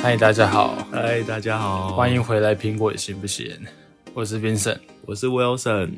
嗨，大家好，嗨，大家好，欢，迎回来《苹果行不行》，我是 Vincent。我是 Wilson。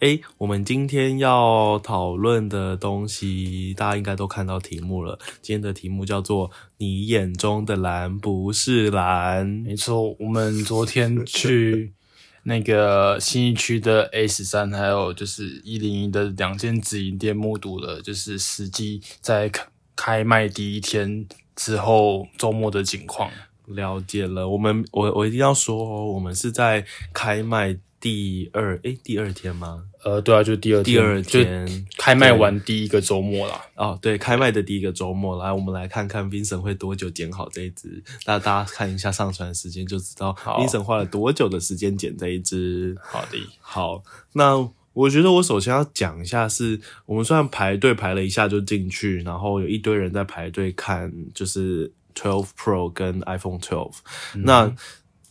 哎、我们今天要讨论的东西，大家应该都看到题目了。今天的题目叫做“你眼中的蓝不是蓝没错，我们昨天 去那个新一区的 A 十三，还有就是一零一的两间直营店，目睹了就是实际在开开卖第一天之后周末的情况。”。了解了，我们我我一定要说哦，我们是在开卖第二哎、第二天吗？呃，对啊，就第二第二就天开卖完第一个周末啦。哦，对，开卖的第一个周末，来，我们来看看 Vincent 会多久剪好这一支。那大家看一下上传时间就知道好，Vincent 花了多久的时间剪这一支。好的，好，那我觉得我首先要讲一下是，我们虽然排队排了一下就进去，然后有一堆人在排队看，就是 Twelve Pro 跟 iPhone Twelve，、那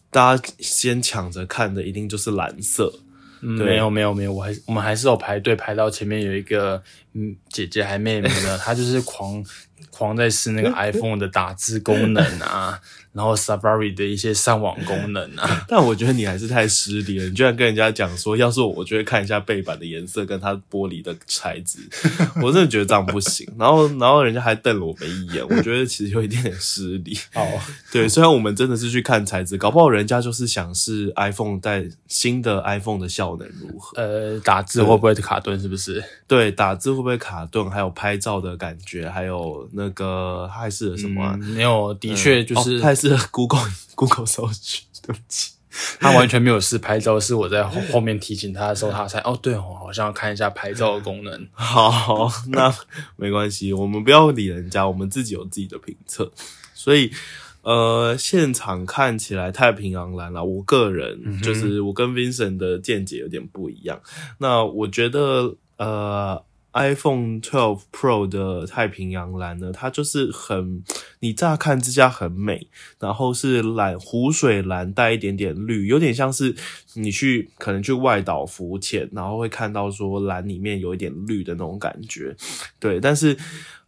大家先抢着看的一定就是蓝色。嗯对没有没有没有，我还我们还是有排队排到前面有一个嗯姐姐还妹妹呢， 她就是狂狂在试那个 iPhone 的打字功能啊， 然后 Safari 的一些上网功能 啊，但我觉得你还是太失礼了，你居然跟人家讲说，要是我，我就会看一下背板的颜色跟它玻璃的材 质，我真的觉得这样不行。然后，然后人家还瞪了我们一眼，我觉得其实有一点点失礼。哦，对，虽然我们真的是去看材质，搞不好人家就是想是 iPhone 在新的 iPhone 的效能如 何，呃，打字会不会卡顿？是不是？对，打字会不会卡顿，还有拍照的感觉，还有那个它还是有什么啊、嗯没有，的确就是哦它还是 Google Google 搜寻，对不起。 她完全没有试拍照，是我在后 后面提醒她的时候，她才哦，对哦，好像要看一下拍照的功能。好，那没关系，我们不要理人家，我们自己有自己的评测。所以，呃，现场看起来太平洋蓝啦，我个人就是我跟 Vincent 的见解有点不一样。那我觉得，呃。iPhone 12 Pro 的太平洋蓝呢，它就是很，你乍看之下很美，然后是蓝湖水蓝带一点点绿，有点像是你去可能去外岛浮潜，然后会看到说蓝里面有一点绿的那种感觉，对。但是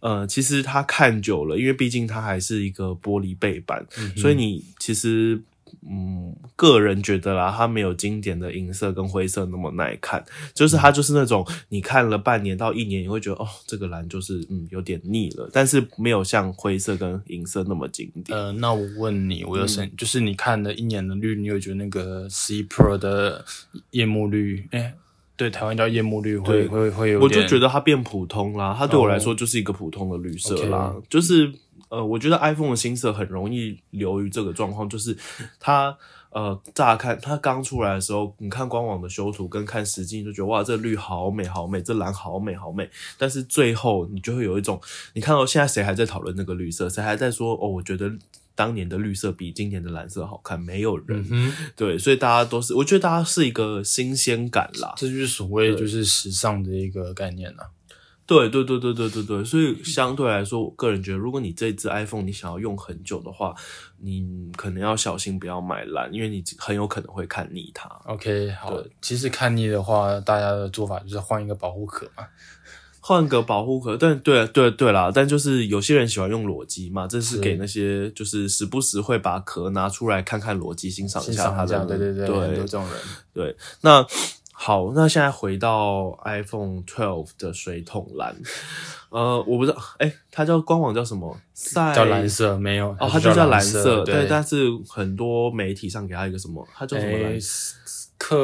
呃，其实它看久了，因为毕竟它还是一个玻璃背板，所以你其实。嗯，个人觉得啦，它没有经典的银色跟灰色那么耐看，就是它就是那种你看了半年到一年，你会觉得哦，这个蓝就是嗯有点腻了，但是没有像灰色跟银色那么经典。呃，那我问你，嗯我有生、就是你看了一年的绿，你有觉得那个 C Pro 的夜幕绿，哎、对，台湾叫夜幕绿会对会会有我就点哦觉得它变普通啦，它对我来说就是一个普通的绿色啦。就是呃，我觉得 iPhone 的新色很容易流于这个状况，就是它呃，乍看它刚出来的时候，你看官网的修图跟看实际就觉得哇，这绿好美好美，这蓝好美好美。但是最后你就会有一种，你看到现在谁还在讨论那个绿色，谁还在说哦，我觉得。当年的绿色比今年的蓝色好看，没有人、嗯，对，所以大家都是，我觉得大家是一个新鲜感啦，这就是所谓就是时尚的一个概念啊。对对对对对对对，所以相对来说，我个人觉得，如果你这只 iPhone 你想要用很久的话，你可能要小心不要买烂，因为你很有可能会看腻它。 OK，好对，其实看腻的话，大家的做法就是换一个保护壳嘛。换个保护壳，但对对对啦，但就是有些人喜欢用裸机嘛，这是是给那些就是时不时会把壳拿出来看看裸机，欣赏一欣下赏它一下，的。对对对，很多这种人。对，那好，那现在回到 iPhone 12的水桶蓝，呃，我不知道，哎、它叫官网叫什么？赛叫蓝色没有哎哦，它它就叫蓝蓝色，对对，，但是很多媒体上给它一个什么，它叫什么诶蓝？哎克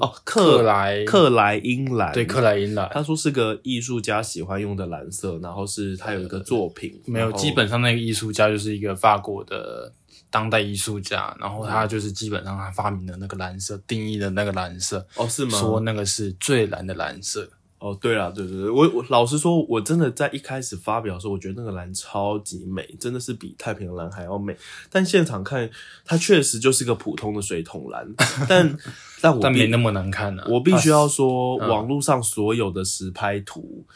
哦，克克莱克莱因蓝，对克莱因蓝，他说是个艺术家喜欢用的蓝色，然后是他有一个作品，没有，然后基本上那个艺术家就是一个法国的当代艺术家，然嗯后他就是基本上他发明的那个蓝色，定义的那个蓝色，哦是吗？说那个是最蓝的蓝色。哦，对啦，对对对，我我老实说，我真的在一开始发表的时候，我觉得那个蓝超级美，真的是比太平洋蓝还要美。但现场看，它确实就是个普通的水 桶蓝，但但我但必没那么难看啊。我必须要说，嗯网络上所有的实拍图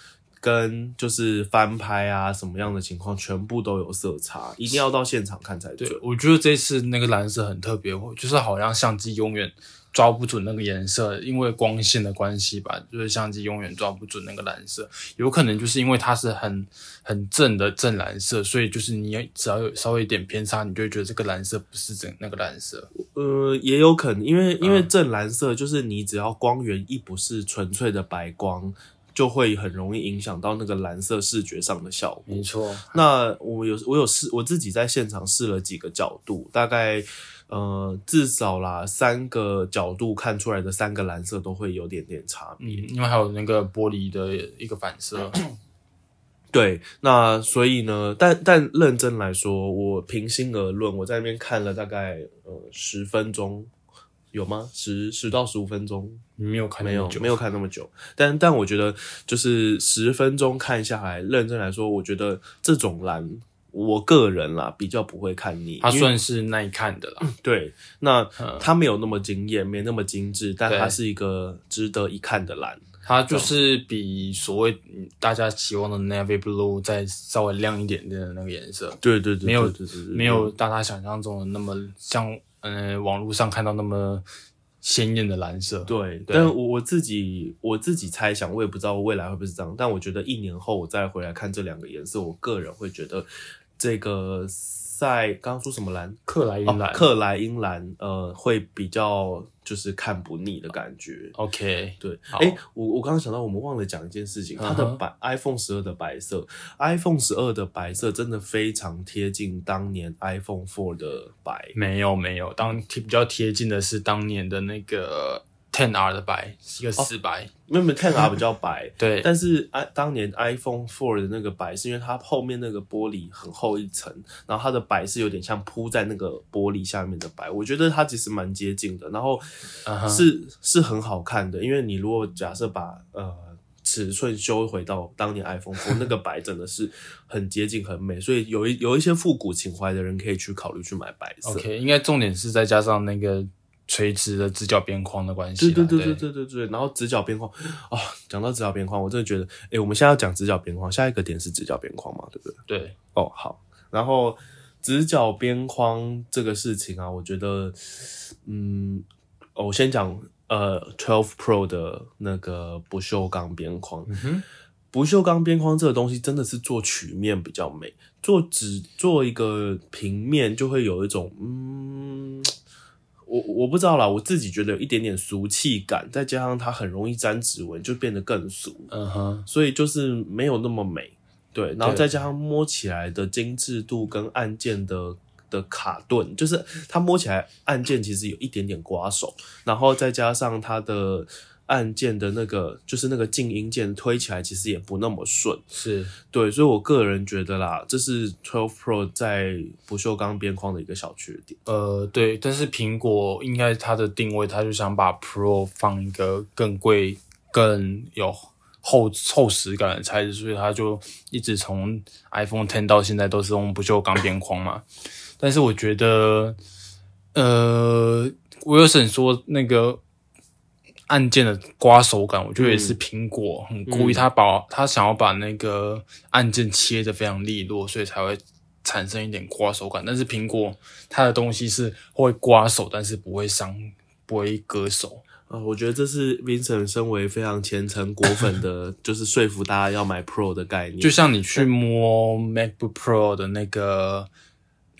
跟就是翻拍啊，什么样的情况，全部都有色差，一定要到现场看才对准。，我觉得这次那个蓝色很特别，我就是好像相机永远抓不准那个颜色，因为光线的关系吧，就是相机永远抓不准那个蓝色。有可能就是因为它是很很正的正蓝色，所以就是你只要有稍微一点偏差，你就会觉得这个蓝色不是正那个蓝色。呃，也有可能，因为嗯因为正蓝色就是你只要光源一不是纯粹的白光，就会很容易影响到那个蓝色视觉上的效果。没错，那我有我有试我自己在现场试了几个角度，大概呃至少啦三个角度看出来的三个蓝色都会有点点差别。嗯，因为还有那个玻璃的一个反射，对，那所以呢，但但认真来说，我平心而论，我在那边看了大概呃十分钟，有吗？十十到十五分钟，没有看没那么有久，没有看那么久，但但我觉得就是十分钟看下来，认真来说，我觉得这种蓝，我个人啦比较不会看腻，它因为算是耐看的啦。对，那嗯它没有那么惊艳，没那么精致，但对它是一个值得一看的蓝。它就是比所谓大家期望的 navy blue 再稍微亮一点点的那个颜色，对对对，没有对对对对没有大家想象中的那么像，呃，网络上看到那么鲜艳的蓝色。对，对但我我自己我自己猜想，我也不知道未来会不会是这样，但我觉得一年后我再回来看这两个颜色，我个人会觉得这个赛刚刚说什么蓝克莱因哦蓝。克莱因蓝，呃，会比较就是看不腻的感觉。 OK，对，好哎、我我刚刚想到，我们忘了讲一件事情，它的嗯哼白、iPhone 十二的白色，iPhone 十二的白色真的非常贴近当年 iPhone Four 的白，没有没有，当贴比较贴近的是当年的那个 Ten R 的白，是一个死白。没有没有 Ten R 比较白，对，但是 i 当年 iPhone Four 的那个白是因为它后面那个玻璃很厚一层，然后它的白是有点像铺在那个玻璃下面的白，我觉得它其实蛮接近的，然后嗯哼是、是很好看的，因为你如果假设把呃尺寸修回到当年 iPhone Four 那个白真的是很接近很美，所以有一有一些复古情怀的人可以去考虑去买白色。 OK，应该重点是再加上那个垂直的直角边框的关系对啦。对对对对对对对，然后直角边框啊，讲到直角边框，我真的觉得，哎、我们现在要讲直角边框，下一个点是直角边框嘛，对不对？对，哦，好。然后直角边框这个事情啊，我觉得，嗯，哦我先讲呃，Twelve Pro 的那个不锈钢边框。哼不锈钢边框这个东西真的是做曲面比较美，做只做一个平面就会有一种嗯。我我不知道啦，我自己觉得有一点点俗气感，再加上它很容易沾指纹，就变得更俗。嗯哼，所以就是没有那么美。对，然后对再加上摸起来的精致度跟按键的的卡顿，就是它摸起来按键其实有一点点刮手，然后再加上它的按键的那个就是那个静音键推起来其实也不那么顺。是对，所以我个人觉得啦，这是 Twelve Pro 在不锈钢边框的一个小缺点。呃，对，但是苹果应该它的定位，它就想把 Pro 放一个更贵、更有厚厚实感的材质，所以它就一直从 iPhone Ten 到现在都是用不锈钢边框嘛。但是我觉得，呃，Wilson 说那个按键的刮手感，我觉得也是苹果很故意，他把他想要把那个按键切的非常利落，所以才会产生一点刮手感。但是苹果它的东西是会刮手，但是不会伤，不会割手。啊、我觉得这是 Vincent 身为非常虔诚果粉的，就是说服大家要买 Pro 的概念。就像你去摸 MacBook Pro 的那个，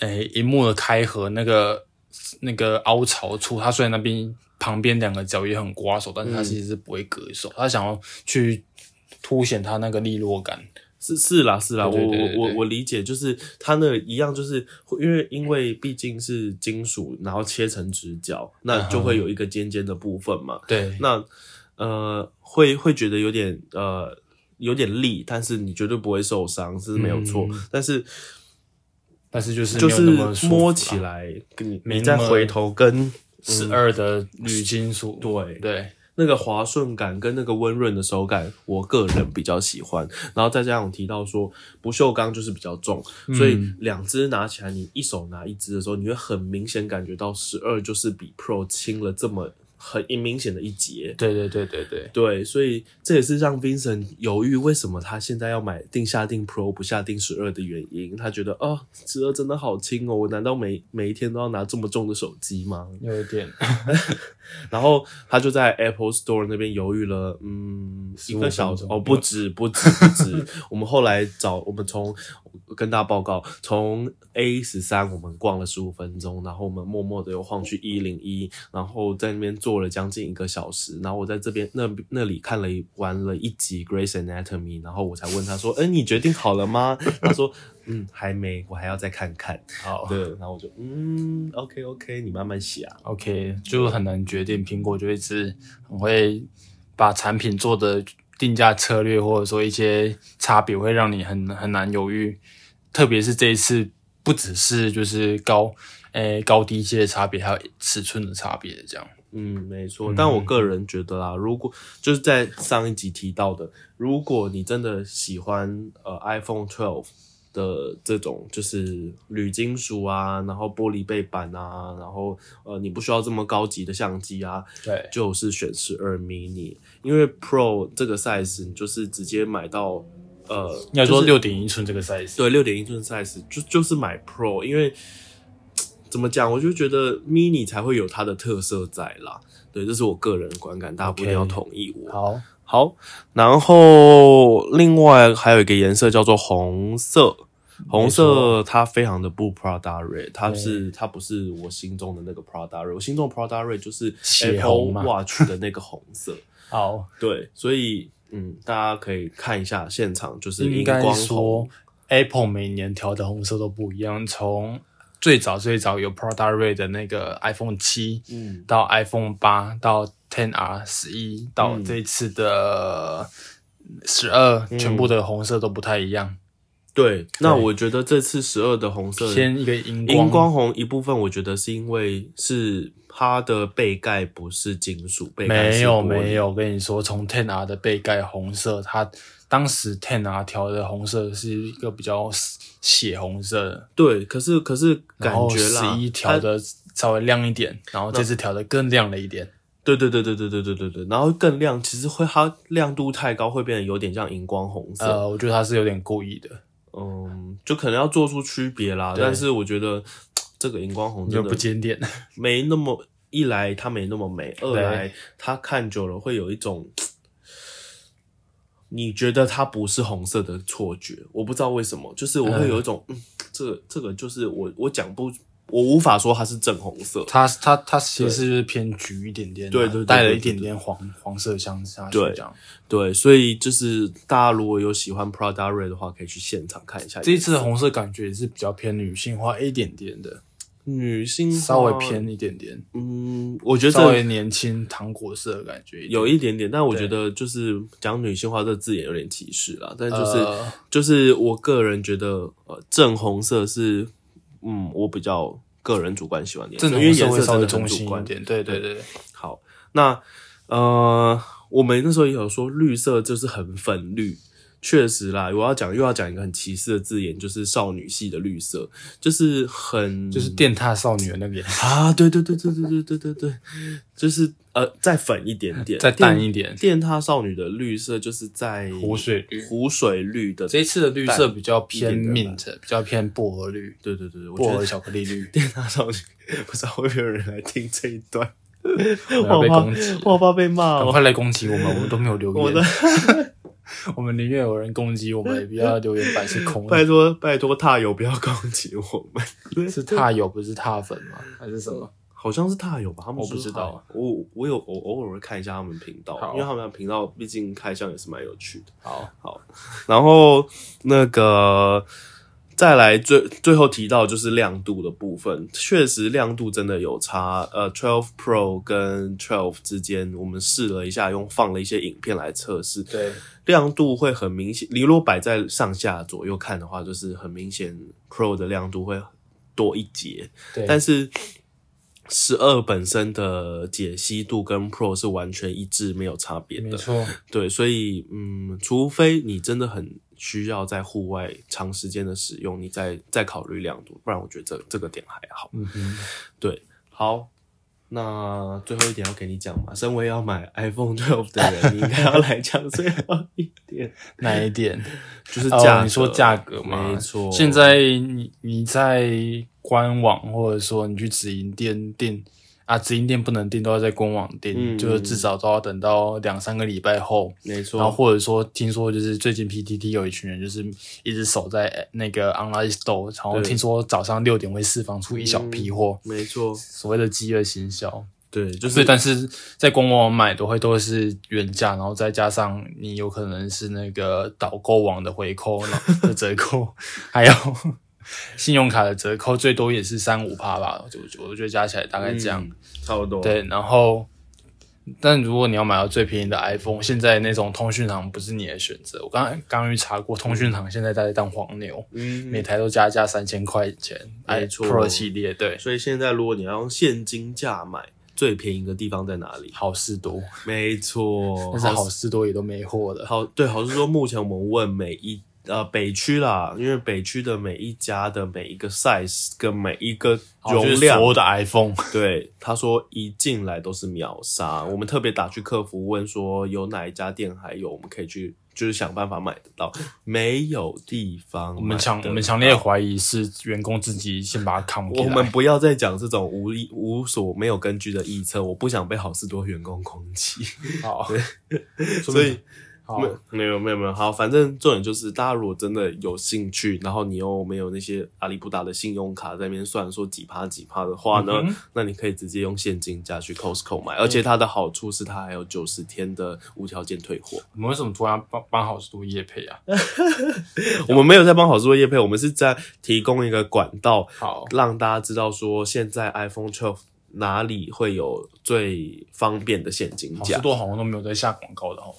诶、荧幕的开合那个那个凹槽处，它虽然那边旁边两个角也很刮手，但是它其实是不会割手，嗯它想要去凸显它那个利落感。是是啦是啦，我对对我对对我对我理解，就是它那一样，就是会因为因为毕竟是金属，然后切成直角，那就嗯会有一个尖尖的部分嘛。对，那呃，会会觉得有点呃有点力，但是你绝对不会受伤，这是没有错。但是但是嗯就是就没有那么是舒服摸啦起来，跟你没你那再么回头跟十二的嗯铝金属，对对，那个滑顺感跟那个温润的手感，我个人比较喜欢。然后再加上我提到说，不锈钢就是比较重，所以两只拿起来，你一手拿一只的时候，你会很明显感觉到十二就是比 Pro 轻了这么很明显的一节。对对对对对，对，所以这也是让 Vincent 犹豫为什么他现在要买定下定 Pro 不下定十二的原因。他觉得哦，十二真的好轻哦，我难道每每一天都要拿这么重的手机吗？有一 点然后他就在 Apple Store 那边犹豫了，嗯，一15个小时分钟哦，不止不止不止。 我们后来找我们从跟大家报告，从 A 十三我们逛了十五分钟，然后我们默默的又晃去一零一，然后在那边坐了将近一个小时，然后我在这边那那里看了一玩了一集 Grace Anatomy，然后我才问他说，哎，你决定好了吗？他说，嗯，还没，我还要再看看。好。对，然后我就嗯，OK OK，你慢慢啊想。 OK，就很难决定。苹果就一直很会把产品做的定价策略，或者说一些差别，会让你很很难犹豫。特别是这一次，不只是就是高诶、高低阶的差别，还有尺寸的差别，这样。嗯，没错。但我个人觉得啦，如果就是在上一集提到的，如果你真的喜欢呃 iPhone 12的这种就是铝金属啊，然后玻璃背板啊，然后呃你不需要这么高级的相机啊，对，就是选十二 mini，因为 Pro 这个 size 你就是直接买到呃，应该说就是六点一寸这个 size，对，六点一寸 size 就就是买 Pro，因为怎么讲，我就觉得 mini 才会有它的特色在啦。对，这是我个人的观感，大家不一定要 OK 同意我。好，好，然后另外还有一个颜色叫做红色，红色它非常的不 Prada Red，它是它不是我心中的那个 Prada Red，我心中的 Prada Red 就是血 Apple 红嘛 Watch 的那个红 色。好，对，所以嗯，大家可以看一下现场，就是应荧该光红说 Apple 每年调的红色都不一样，从最早最早有 Prada Red 的那个 iPhone 七，嗯到 iPhone 八到 Ten R 十一到嗯这一次的十二、全部的红色都不太一样，对，那我觉得这次十二的红色偏一个荧光。荧光红一部分，我觉得是因为是它的背盖不是金属，背盖没是有玻璃没，有，我跟你说，从 Ten R 的背盖红色，它当时 Ten R 调的红色是一个比较血红色的，对，可是可是感然后觉十啦，一它调的稍微亮一点，然后这次调的更亮了一点。对对对对对对对对对，然后更亮，其实会它亮度太高，会变得有点像荧光红色，呃，我觉得他是有点故意的，嗯，就可能要做出区别啦。对但是我觉得嘖这个荧光红就真的不检点。没那么一来它没那么美，二对来它看久了会有一种嘖你觉得它不是红色的错觉，我不知道为什么，就是我会有一种，嗯，这个这个就是我我讲不，我无法说它是正红色，他他他其实是偏橘一点点啊，对对对带了对一对点点黄黄色相下去对这样。对，所以就是大家如果有喜欢 Prada Red 的话，可以去现场看一下。这一次的红色感觉也是比较偏女性化一点点的，女性化稍微，偏一点点，嗯，我觉得稍微年轻糖果色的感觉有一一点点，但我觉对得就是讲女性化这字眼有点歧视啦。但点就是、呃就是我个人觉得，呃，正红色是，嗯，我比较个人主观喜欢的颜色，正因红为色颜会色稍真微的很中主性一观。点，对对对，好，那呃，我们那时候也有说，绿色就是很粉绿。确实啦，我要讲又要讲一个很歧视的字眼，就是少女系的绿色，就是很就是电踏少女的那个颜色，啊，对对对对对对对对对，就是呃，再粉一点点，再淡一电点。电踏少女的绿色就是在湖水绿湖水绿的，这一次的绿色比较偏嗯淡一点 mint，比较偏薄荷绿，对对对对，我觉薄得荷巧克力 绿。 电塔上去，不知道会不会有人来听这一段，我要我被怕攻击了我怕被骂赶哦。快来攻击我们，我们都没有留我的言。 我们宁愿有人攻击我们，也不要留言板是空拜的。托拜托，踏友不要攻击我们，是踏友不是踏粉吗？还是什么？好像是踏友吧？他们我不说是知道踏友，我我有我偶尔会看一下他们频道，好因为他们的频道毕竟开箱也是蛮有趣的。 好，然后那个再来最最后提到就是亮度的部分，确实亮度真的有差。呃，Twelve Pro 跟 Twelve 之间，我们试了一下，用放了一些影片来测试，对，亮度会很明显。你如果摆在上下左右看的话，就是很明显 Pro 的亮度会多一截，对，但是。十二本身的解析度跟 Pro 是完全一致，没有差别的没。错，对，所以嗯，除非你真的很需要在户外长时间的使用，你再再考虑亮度，不然我觉得这这个点还好。嗯哼，对，好，那最后一点要给你讲嘛，身为要买 iPhone 12的人，你应该要来讲最后一点，哪一点？就是哦价、你说价格吗？没错。现在你你在官网或者说你去直营店订啊，直营店不能订，都要在官网订，嗯就是至少都要等到两三个礼拜后。没然后错，或者说，听说就是最近 PTT 有一群人就是一直守在那个 online store，然后对听说早上六点会释放出一小批货，没错，所谓的饥饿行销。对，就所以，是但是在官网买都会都是原价，然后再加上你有可能是那个导购网的回扣然后的折扣，还有 信用卡的折扣，最多也是三五趴吧，就我我觉得加起来大概这样。嗯差不多。，对，然后，但如果你要买到最便宜的 iPhone，现在那种通讯行不是你的选择。我刚刚去查过，通讯行现在在当黄牛，嗯，每台都加价三千块钱没错 Pro 系列，对，所以现在如果你要用现金价买，最便宜的地方在哪里？好事多，没错，但是好事多也都没货了。好对，好是说目前我们问每一呃北区啦，因为北区的每一家的每一个 size 跟每一个哦容就是量所，有的 iPhone，对他说一进来都是秒杀。我们特别打去客服问说有哪一家店还有，我们可以去就是想办法买得到，没有地方买得到。我们强我们强烈怀疑是员工自己先把它扛我过们来。不要再讲这种无理无所没有根据的臆测，我不想被好事多员工攻击，好，所以好没没有没有没有好，反正重点就是大家如果真的有兴趣，然后你又没有那些阿里不达的信用卡在那边算说几趴几趴的话呢，嗯哼嗯那你可以直接用现金加去 Costco 买，而且它的好处是它还有九十天的无条件退货。我们为什么突然帮帮好事多业配啊？我们没有在帮好事多业配，我们是在提供一个管道，好，让大家知道说现在 iPhone 12哪里会有最方便的现金好事价。多好像都没有在下广告的哦，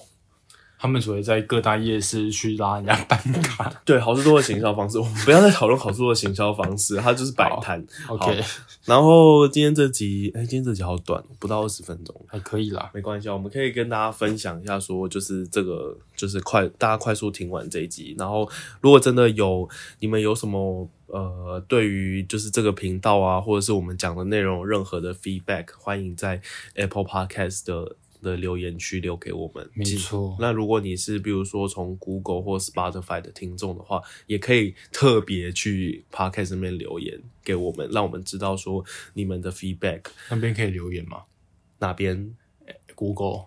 他们只会在各大夜市去拉人家办 卡。对，好事多的行销方式，我们不要再讨论好事多的行销方式，它就是摆摊。 OK，然后今天这集，哎、今天这集好短，不到二十分钟，还可以啦。没关系啊，我们可以跟大家分享一下，说就是这个，就是快大家快速听完这一集，然后如果真的有你们有什么呃，对于就是这个频道啊，或者是我们讲的内容有任何的 feedback，欢迎在 Apple Podcast 的的留言区留给我们。没错，那如果你是比如说从 Google 或 Spotify 的听众的话，也可以特别去 Podcast 那边留言给我们，让我们知道说你们的 feedback 那边可以留言吗哪边？Google、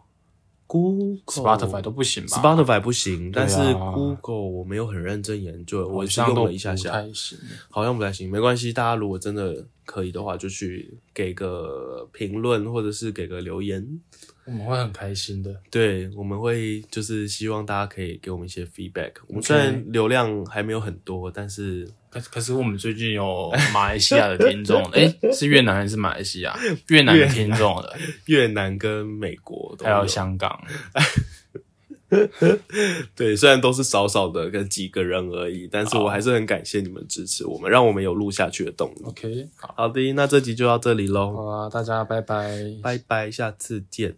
Google、 Spotify 都不行吧哦 Spotify 不行，对啊但是 Google 我没有很认真研究，我好是像用都了一下不下，太行。好像不太行，没关系。大家如果真的可以的话，就去给个评论或者是给个留言，我们会很开心的。对，我们会就是希望大家可以给我们一些 feedback。我们 OK 虽然流量还没有很多，但是可可是我们最近有马来西亚的听 众，哎、是越南还是马来西亚？越南的听众了，越南跟美国都还有香港。对，虽然都是少少的跟几个人而已，但是我还是很感谢你们支持我们，让我们有录下去的动力。 OK，好好的，那这集就到这里喽，好啊，大家拜拜。拜拜，下次见。